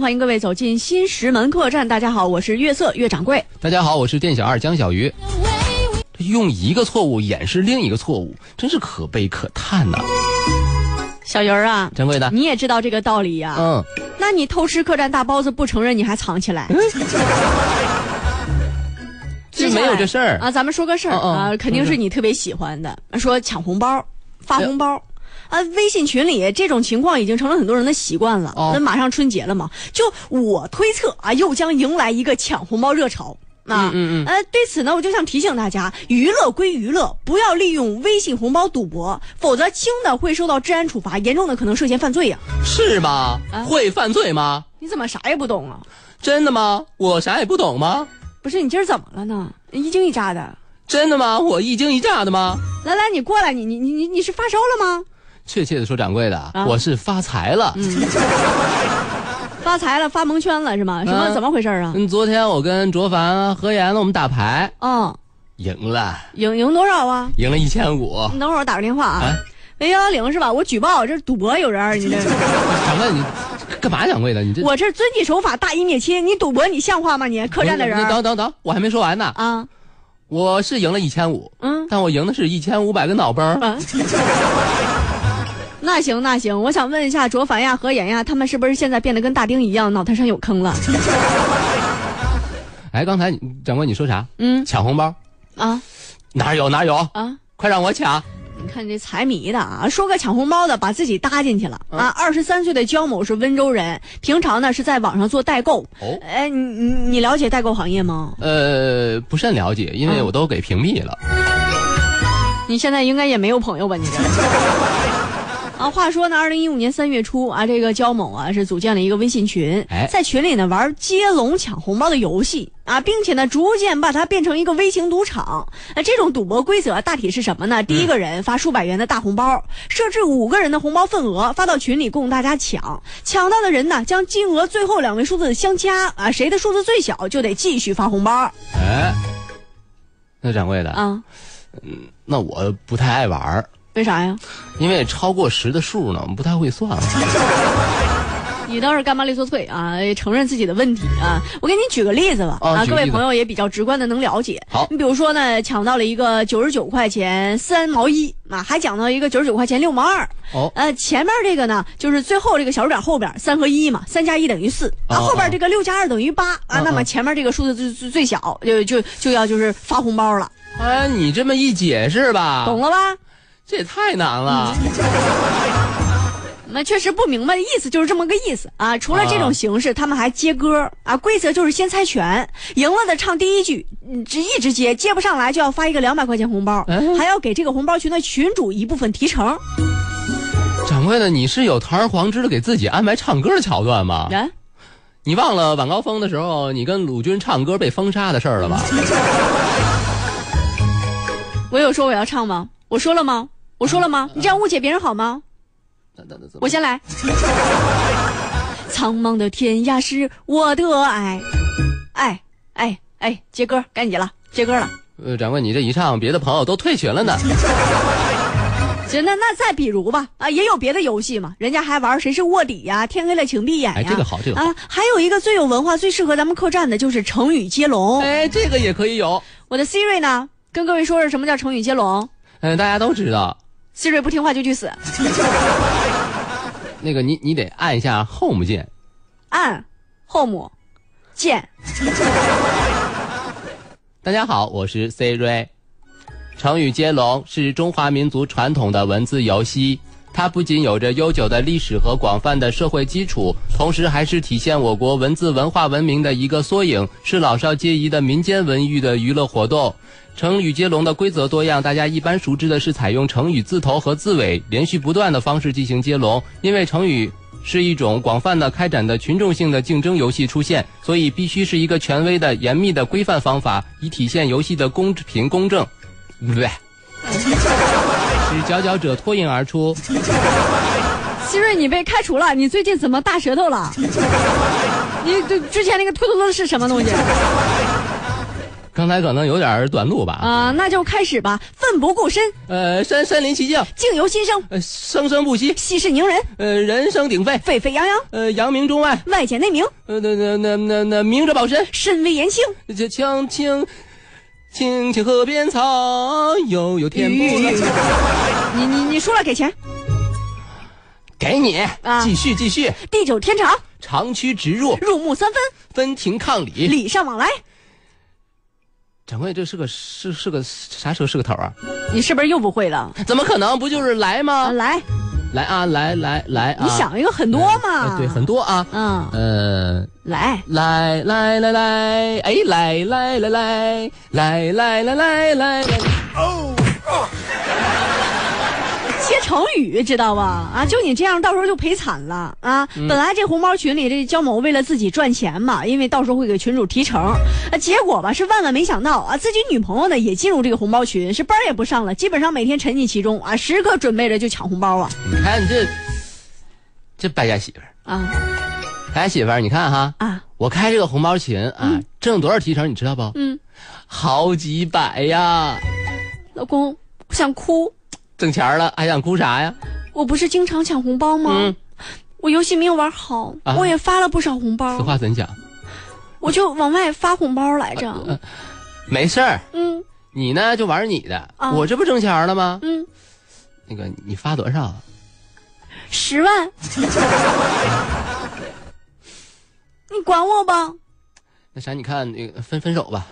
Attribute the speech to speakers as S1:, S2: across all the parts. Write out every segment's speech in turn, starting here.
S1: 欢迎各位走进新石门客栈。大家好，我是月色月掌柜。
S2: 大家好，我是店小二江小鱼。用一个错误掩饰另一个错误，真是可悲可叹呐、
S1: 小鱼儿啊，
S2: 掌柜的，
S1: 你也知道这个道理呀、
S2: 嗯，
S1: 那你偷吃客栈大包子不承认，你还藏起来？
S2: 这没有这事儿
S1: 啊！咱们说个事儿
S2: 嗯嗯
S1: 啊，肯定是你特别喜欢的，说抢红包、发红包。啊，微信群里这种情况已经成了很多人的习惯了。
S2: 哦
S1: 那马上春节了嘛，就我推测啊，又将迎来一个抢红包热潮啊。
S2: 嗯嗯
S1: 呃，对此呢，我就想提醒大家，娱乐归娱乐，不要利用微信红包赌博，否则轻的会受到治安处罚，严重的可能涉嫌犯罪呀、
S2: 是吗？
S1: 啊
S2: 会犯罪吗？
S1: 你怎么啥也不懂啊？
S2: 真的吗？我啥也不懂吗？
S1: 不是你今儿怎么了呢？一惊一乍的。
S2: 真的吗？我一惊一乍的吗？
S1: 来来，你过来，你你你你你是发烧了吗？
S2: 确切的说，掌柜的，
S1: 啊
S2: 我是发财了。
S1: 嗯发财了，发蒙圈了是吗？什么、
S2: 嗯
S1: 怎么回事啊？
S2: 嗯，昨天我跟卓凡啊、何岩呢，我们打牌
S1: 嗯，
S2: 赢了，
S1: 赢赢多少啊？
S2: 赢了一千五。
S1: 你等会儿我打个电话啊
S2: 啊。
S1: 喂幺幺零是吧？我举报这是赌博有人儿，你这
S2: 掌柜，你这干嘛？掌柜的，你这
S1: 我这遵纪守法，大义灭亲，你赌博你像话吗你？客栈的人
S2: 不是
S1: 儿
S2: 等等等，我还没说完呢。
S1: 啊，
S2: 我是赢了一千五，
S1: 嗯
S2: 但我赢的是一千五百个脑崩儿。
S1: 啊， 那行那行，我想问一下卓凡呀、何岩呀，他们是不是现在变得跟大丁一样，脑袋上有坑了？
S2: 哎，刚才你掌柜你说啥？
S1: 嗯
S2: 抢红包？
S1: 啊
S2: 哪有哪有？
S1: 啊，
S2: 快让我抢！
S1: 你看这财迷的啊，说个抢红包的把自己搭进去了啊。二十三岁的焦某是温州人，平常呢是在网上做代购。
S2: 哦，
S1: 哎，你你你了解代购行业吗？
S2: 呃，不甚了解，因为我都给屏蔽了。
S1: 你现在应该也没有朋友吧？你这。 啊，话说呢，二零一五年三月初啊，这个焦某啊是组建了一个微信群，
S2: 哎
S1: 在群里呢玩接龙抢红包的游戏啊，并且呢逐渐把它变成一个微型赌场。那、这种赌博规则大体是什么呢？第一个人发数百元的大红包，设置五个人的红包份额，发到群里供大家抢。抢到的人呢，将金额最后两位数字相加啊，谁的数字最小就得继续发红包
S2: 哎，那掌柜的，
S1: 啊。
S2: 那我不太爱玩儿，
S1: 为啥呀？
S2: 因为超过十的数呢，我不太会算了。
S1: 啊你倒是干嘛利索脆啊？承认自己的问题啊！我给你举个例子吧，
S2: 哦
S1: 啊，
S2: 举
S1: 各
S2: 个例
S1: 位
S2: 子
S1: 朋友也比较直观的能了解。
S2: 好
S1: 你比如说呢，抢到了一个九十九块钱三毛一啊，还抢到一个九十九块钱六毛二。
S2: 哦
S1: 呃，前面这个呢，就是最后这个小数点后边三和一嘛，三加一等于四啊，
S2: 哦
S1: 后边这个六加二等于八啊，
S2: 嗯
S1: 那么
S2: 嗯
S1: 前面这个数字最最最小就就就要就是发红包了，
S2: 哎，你这么一解释吧，
S1: 懂了吧？
S2: 这也太难了。
S1: 那确实不明白的意思就是这么个意思啊！除了这种形式，他们还接歌啊，规则就是先猜拳，赢了的唱第一句，嗯只一直接，接不上来就要发一个两百块钱红包，
S2: 嗯
S1: 还要给这个红包群的群主一部分提成。嗯
S2: 掌柜的，你是有堂而皇之的给自己安排唱歌的桥段吗？
S1: 啊，
S2: 你忘了晚高峰的时候，你跟鲁军唱歌被封杀的事儿了吧？
S1: 我有说我要唱吗？我说了吗？我说了吗？你这样误解别人好吗？我先来。 苍茫的天涯是我的爱，哎哎哎，接歌，该你了，接歌了。
S2: 呃，掌柜，你这一唱，别的朋友都退群了呢。
S1: 行，那那再比如吧，啊，也有别的游戏嘛，人家还玩谁是卧底呀、天黑了请闭眼呀、
S2: 哎这个好这个好
S1: 啊，还有一个最有文化、最适合咱们客栈的就是成语接龙。
S2: 哎，这个也可以有。
S1: 我的 Siri 呢，跟各位说说什么叫成语接龙
S2: 嗯、大家都知道，
S1: ，Siri 不听话就去死，
S2: 那个你你得按一下 Home 键，
S1: 按 home 键。
S2: 大家好，我是 Siri。成语接龙是中华民族传统的文字游戏，它不仅有着悠久的历史和广泛的社会基础，同时还是体现我国文字文化文明的一个缩影，是老少皆宜的民间文娱的娱乐活动。成语接龙的规则多样，大家一般熟知的是采用成语字头和字尾连续不断的方式进行接龙，因为成语是一种广泛的开展的群众性的竞争游戏出现，所以必须是一个权威的、严密的规范方法，以体现游戏的公平公正，不对， 使佼佼者脱颖而出。
S1: Siri，你被开除了，你最近怎么大舌头 了？你对之前那个突突突是什么东西？
S2: 刚才可能有点儿短路吧？
S1: 啊、那就开始吧。奋不顾身，
S2: 呃，身身临其境，
S1: 境由心生，
S2: 呃，生生不息，
S1: 息事宁人，
S2: 呃，人声鼎沸，
S1: 沸沸扬扬，
S2: 呃，扬名中外，
S1: 外简内明，
S2: 呃，那那那那那明哲保身，
S1: 身为言轻。
S2: 这青青青青河边草，悠悠天不
S1: 你
S2: 老。
S1: 你你输了给钱。
S2: 给你，继续继续，
S1: 地久天长，
S2: 长驱直入，
S1: 入木三分，
S2: 分庭抗礼。
S1: 礼尚往来。
S2: 掌柜，这是个是是个啥时候是个头啊？
S1: 你是不是又不会了？
S2: 怎么可能？不就是来
S1: 啊，
S2: 吗？
S1: 来，
S2: 来啊，来来来啊！
S1: 你想一个很多嘛？
S2: 呃对，很多啊。
S1: 嗯，
S2: 呃，
S1: 来，
S2: 来来来来，哎，来来来来来来来来来来，
S1: 接成语知道吧？啊，就你这样，到时候就赔惨了啊！
S2: 嗯
S1: 本来这红包群里这焦某为了自己赚钱嘛，因为到时候会给群主提成，啊，结果吧是万万没想到啊，自己女朋友呢也进入这个红包群，是班儿也不上了，基本上每天沉溺其中啊，时刻准备着就抢红包啊
S2: 你看你这这败家媳妇儿，
S1: 啊
S2: 败家媳妇儿，你看哈，
S1: 啊！
S2: 我开这个红包群啊，挣多少提成你知道不？
S1: 嗯，
S2: 好几百呀，
S1: 老公，我想哭，
S2: 挣钱儿了还想哭啥呀？
S1: 我不是经常抢红包吗？
S2: 嗯
S1: 我游戏没有玩好，
S2: 啊
S1: 我也发了不少红包
S2: 此，话怎讲？
S1: 我就往外发红包来着。
S2: 呃没事儿，
S1: 嗯
S2: 你呢就玩你的，
S1: 啊
S2: 我这不挣钱儿了吗？
S1: 嗯，
S2: 那个你发多少？啊
S1: 十万， 你管我吧。
S2: 那啥，你看那个分分手吧。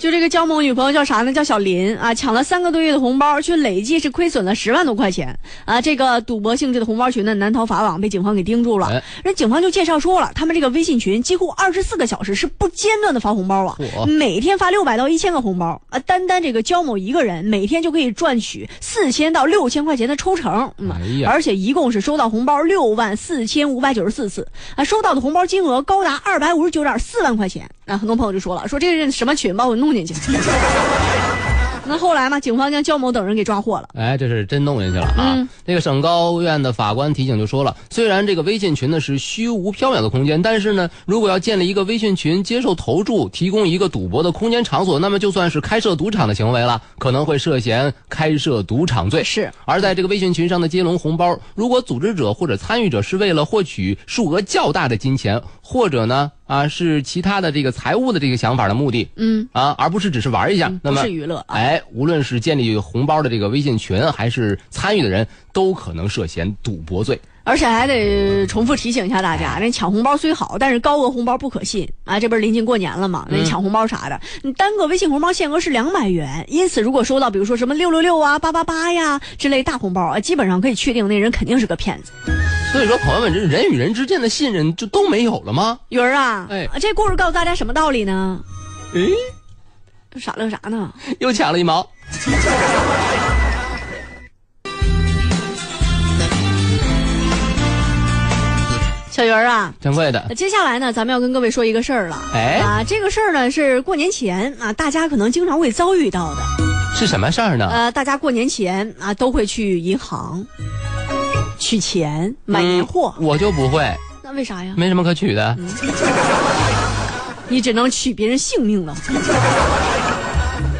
S1: 就这个焦某女朋友叫啥呢？叫小林啊，抢了三个多月的红包，却累计是亏损了十万多块钱啊！这个赌博性质的红包群呢，难逃法网，被警方给盯住了
S2: 哎。
S1: 人警方就介绍说了，他们这个微信群几乎二十四个小时是不间断的发红包啊，
S2: 嚯
S1: 每天发六百到一千个红包啊！单单这个焦某一个人，每天就可以赚取四千到六千块钱的抽成，嗯，
S2: 哎呀
S1: 而且一共是收到红包六万四千五百九十四次啊，收到的红包金额高达二百五十九点四万块钱。啊，很多朋友就说了，说这是什么群把我弄进去。 那后来嘛，警方将焦某等人给抓获了。
S2: 哎，这是真弄进去了啊！
S1: 嗯
S2: 这个省高院的法官提醒就说了，虽然这个微信群呢是虚无缥缈的空间，但是呢，如果要建立一个微信群接受投注，提供一个赌博的空间场所，那么就算是开设赌场的行为了，可能会涉嫌开设赌场罪。
S1: 是，
S2: 而在这个微信群上的接龙红包，如果组织者或者参与者是为了获取数额较大的金钱，或者呢啊是其他的这个财务的这个想法的目的
S1: 嗯，
S2: 啊，而不是只是玩一下，那
S1: 不
S2: 么
S1: 是娱乐啊。
S2: 哎，无论是建立红包的这个微信群，还是参与的人，都可能涉嫌赌博罪。
S1: 而且还得重复提醒一下大
S2: 哎
S1: 家，那抢红包虽好，但是高额红包不可信啊！这不是临近过年了
S2: 嗯
S1: 嘛？那你抢红包啥的，你单个微信红包限额是两百元，因此如果收到比如说什么六六六啊、八八八呀之类大红包啊，基本上可以确定那人肯定是个骗子。
S2: 所以说，朋友们，这人与人之间的信任就都没有了吗？
S1: 云儿啊，
S2: 哎
S1: 啊这故事告诉大家什么道理呢？
S2: 诶，
S1: 傻乐啥呢？
S2: 又抢了一毛。
S1: 小云儿啊，
S2: 掌柜的
S1: 那，接下来呢，咱们要跟各位说一个事儿了。
S2: 哎
S1: 啊，这个事儿呢是过年前啊，大家可能经常会遭遇到的。
S2: 是什么事儿呢？
S1: 呃，大家过年前啊都会去银行取钱买年货，
S2: 嗯
S1: 嗯
S2: 我就不会，
S1: 那为啥呀？
S2: 没什么可取的。
S1: 你只能取别人性命了。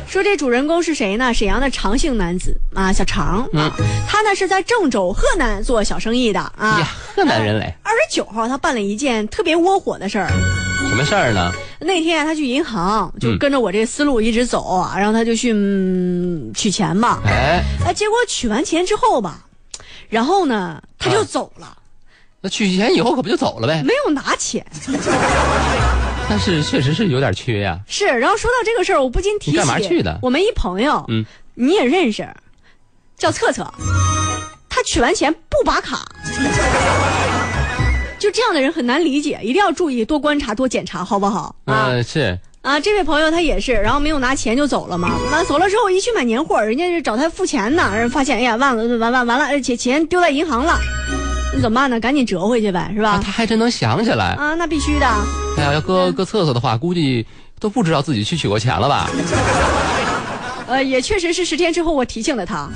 S1: 说这主人公是谁呢？沈阳的常姓男子啊，小常啊，他呢是在郑州、河南做小生意的啊。
S2: 呀，河南人嘞，
S1: 二十九号，他办了一件特别窝火的事儿。
S2: 什么事儿呢？
S1: 那天啊他去银行，就
S2: 嗯
S1: 跟着我这思路一直走啊，然后他就去、嗯、取钱嘛。
S2: 哎，
S1: 哎，结果取完钱之后吧，然后呢，他就
S2: 啊
S1: 走了，
S2: 那取钱以后可不就走了 呗？
S1: 没有拿钱。
S2: 但是确实是有点缺呀、
S1: 是，然后说到这个事儿，我不禁提起
S2: 你干嘛去的
S1: 我们一朋友，
S2: 嗯，
S1: 你也认识，叫策策，他取完钱不拔卡。就这样的人很难理解，一定要注意多观察、多检查，好不好？
S2: 嗯、
S1: 啊、
S2: 是，
S1: 啊，这位朋友他也是，然后没有拿钱就走了嘛。那走了之后一去买年货，人家是找他付钱呢，人发现哎呀，忘了，完完完了，且钱丢在银行了，那怎么办呢？赶紧折回去呗，是
S2: 啊，
S1: 吧？
S2: 他还真能想起来。
S1: 啊，那必须的。
S2: 哎呀，要搁
S1: 嗯
S2: 搁厕所的话，估计都不知道自己去取过钱了吧？
S1: 嗯呃，也 确实是十天之后我提醒了他。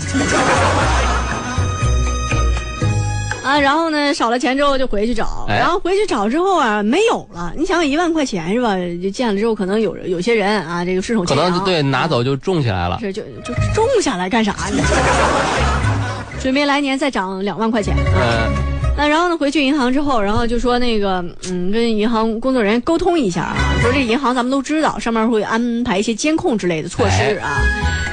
S1: 啊，然后呢，少了钱之后就回去找，
S2: 哎
S1: 然后回去找之后啊，没有了。你想想，一万块钱是吧？就见了之后，可能有有些人啊，这个顺手
S2: 可
S1: 牵
S2: 能
S1: 羊
S2: 就对拿走就种起来了。
S1: 是就就种下来干啥呢？ 准备来年再涨两万块钱啊！
S2: 嗯，
S1: 那然后呢，回去银行之后，然后就说那个，嗯，跟银行工作人员沟通一下啊，说这银行咱们都知道，上面会安排一些监控之类的措施啊。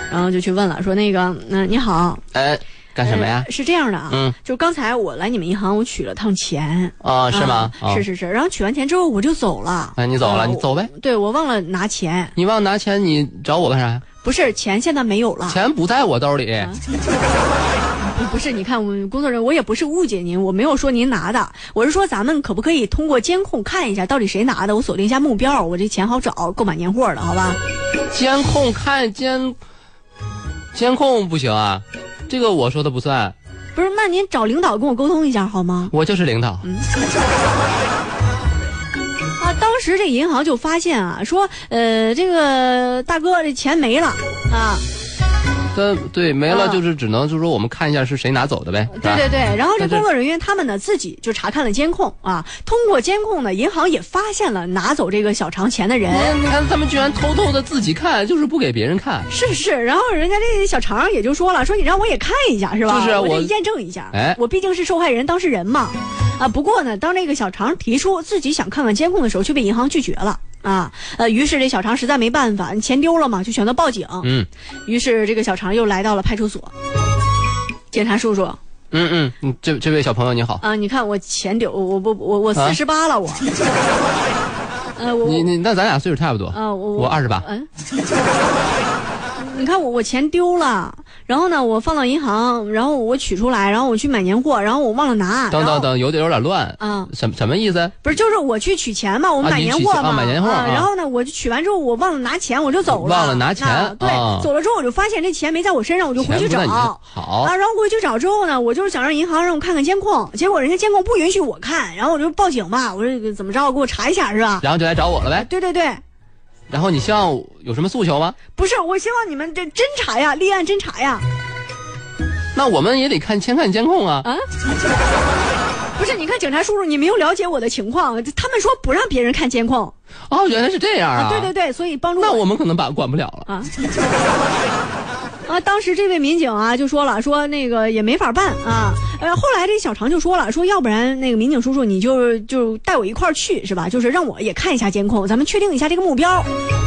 S1: 然后就去问了，说那个，嗯、你好，
S2: 哎，干什么呀
S1: 呃？是这样的啊，
S2: 嗯
S1: 就刚才我来你们银行，我取了趟钱，
S2: 哦，是吗？
S1: 啊
S2: 哦
S1: 是。是是，然后取完钱之后我就走了。
S2: 哎，你走
S1: 啊
S2: 了，你。
S1: 我
S2: 走呗。
S1: 对，我忘了拿钱，
S2: 你忘拿钱，你找我干啥呀？
S1: 不是钱现在没有了。
S2: 钱不在我兜里。
S1: 啊呃不是，你看我们工作人员，我也不是误解您，我没有说您拿的，我是说咱们可不可以通过监控看一下到底谁拿的，我锁定一下目标，我这钱好找，购买年货的，好吧？
S2: 监控看监，监控不行啊，这个我说的不算，
S1: 不是，那您找领导跟我沟通一下好吗？
S2: 我就是领导。
S1: 嗯啊，当时这银行就发现啊，说呃，这个大哥这钱没了啊，
S2: 但对没了，
S1: 嗯
S2: 就是只能就是说我们看一下是谁拿走的呗。
S1: 对对
S2: 是吧，
S1: 对，然后这
S2: 但是
S1: 工作人员他们呢自己就查看了监控啊，通过监控呢，银行也发现了拿走这个小长钱的人。
S2: 哎你看你看他们居然偷偷的自己看，就是不给别人看。
S1: 是是，然后人家这小常也就说了，说你让我也看一下是吧？
S2: 就是啊
S1: 我
S2: 我
S1: 得验证一下，
S2: 哎
S1: 我毕竟是受害人当事人嘛。啊，不过呢，当这个小常提出自己想看看监控的时候，却被银行拒绝了。啊，呃，于是这小常实在没办法，钱丢了嘛，就选择报警。
S2: 嗯
S1: 于是这个小常又来到了派出所。检察叔叔
S2: 嗯嗯嗯，这这位小朋友你好，
S1: 啊，你看我钱丢，我我我我
S2: 啊
S1: 四十八 了，我。呃，我
S2: 你你那咱俩岁数差不多。
S1: 啊，我
S2: 我28
S1: 嗯， 你看我我钱丢了，然后呢，我放到银行，然后我取出来，然后我去买年货，然后我忘了拿。
S2: 等
S1: 然后
S2: 等等，有点有点乱。
S1: 啊，
S2: 什什么意思？
S1: 不是，就是我去取钱嘛，我
S2: 啊
S1: 买
S2: 你
S1: 年
S2: 取
S1: 货
S2: 钱
S1: 嘛，
S2: 啊买年货啊
S1: 然后呢，我就取完之后，我忘了拿钱，我就走了，
S2: 忘了拿钱
S1: 啊对
S2: 啊，嗯
S1: 走了之后我就发现这钱没在我身上，我就回
S2: 钱
S1: 去
S2: 不
S1: 找
S2: 在你这。好
S1: 啊，，然后回去找之后呢，我就是想让银行让我看看监控，结果人家监控不允许我看，然后我就报警嘛，我说怎么着，给我查一下是吧？
S2: 然后就来找我了呗。
S1: 对对对，
S2: 然后你希望有什么诉求吗？
S1: 不是，我希望你们这侦查呀，立案侦查呀。
S2: 那我们也得看先看监控啊。
S1: 啊？不是，你看警察叔叔，你没有了解我的情况，他们说不让别人看监控
S2: 哦，原来是这样啊。
S1: 对对对，所以帮助
S2: 那我们可能把管不了了。
S1: 啊。啊，当时这位民警啊就说了，说那个也没法办啊。呃，后来这小常就说了，说要不然那个民警叔叔你就就带我一块儿去是吧？就是让我也看一下监控，咱们确定一下这个目标。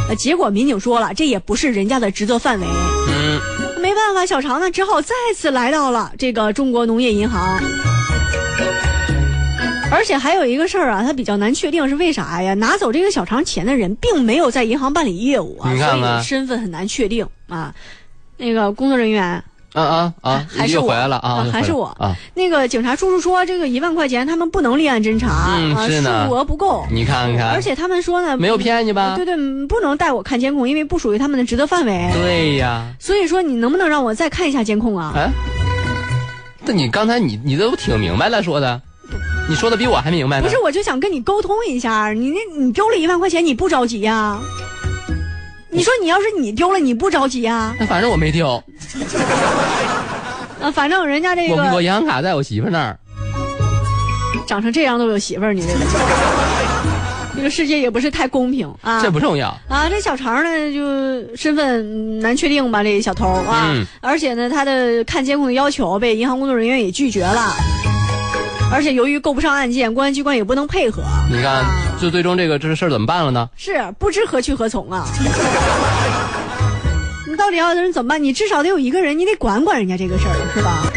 S1: 呃，结果民警说了，这也不是人家的职责范围。
S2: 嗯，
S1: 没办法，小常呢只好再次来到了这个中国农业银行。而且还有一个事儿啊，他比较难确定是为啥呀？拿走这个小常钱的人并没有在银行办理业务啊，
S2: 你看看
S1: 所以身份很难确定啊。那个工作人员，
S2: 啊啊啊，
S1: 还是
S2: 又
S1: 我
S2: 回来了
S1: 啊
S2: 啊，又
S1: 还
S2: 回
S1: 是
S2: 来
S1: 我
S2: 啊。
S1: 那个警察叔叔说，这个一万块钱他们不能立案侦查、
S2: 嗯
S1: 啊，
S2: 是呢
S1: 数额不够，
S2: 你看看，
S1: 而且他们说呢，
S2: 没有骗你吧？
S1: 对对，不能带我看监控，因为不属于他们的职责范围。
S2: 对呀，
S1: 所以说，你能不能让我再看一下监控啊？
S2: 哎，那你刚才你你都挺明白了说的，你说的比我还明白呢。
S1: 不是，我就想跟你沟通一下，你那你丢了一万块钱，你不着急呀、你说你要是你丢了，你不着急呀、
S2: 那反正我没丢，
S1: 啊？反正人家这
S2: 我我
S1: 个
S2: 银行卡在我媳妇那儿。
S1: 长成这样都有媳妇儿，你 这个这个世界也不是太公平啊
S2: 这。不重要。
S1: 啊，这小常呢，就身份难确定吧，这小偷啊，
S2: 嗯
S1: 而且呢，他的看监控的要求被银行工作人员也拒绝了，而且由于够不上案件，公安机关也不能配合。
S2: 你看，就最终这个这事儿怎么办了呢？
S1: 是不知何去何从啊！你到底要人怎么办？你至少得有一个人，你得管管人家这个事儿，是吧？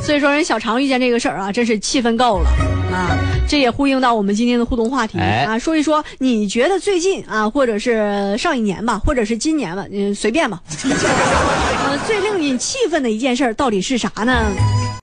S1: 所以说，人小常遇见这个事儿啊，真是气愤够了啊！这也呼应到我们今天的互动话题、
S2: 哎
S1: 啊，说一说你觉得最近啊，或者是上一年吧，或者是今年吧，嗯，随便吧，呃，最令你气愤的一件事儿到底是啥呢？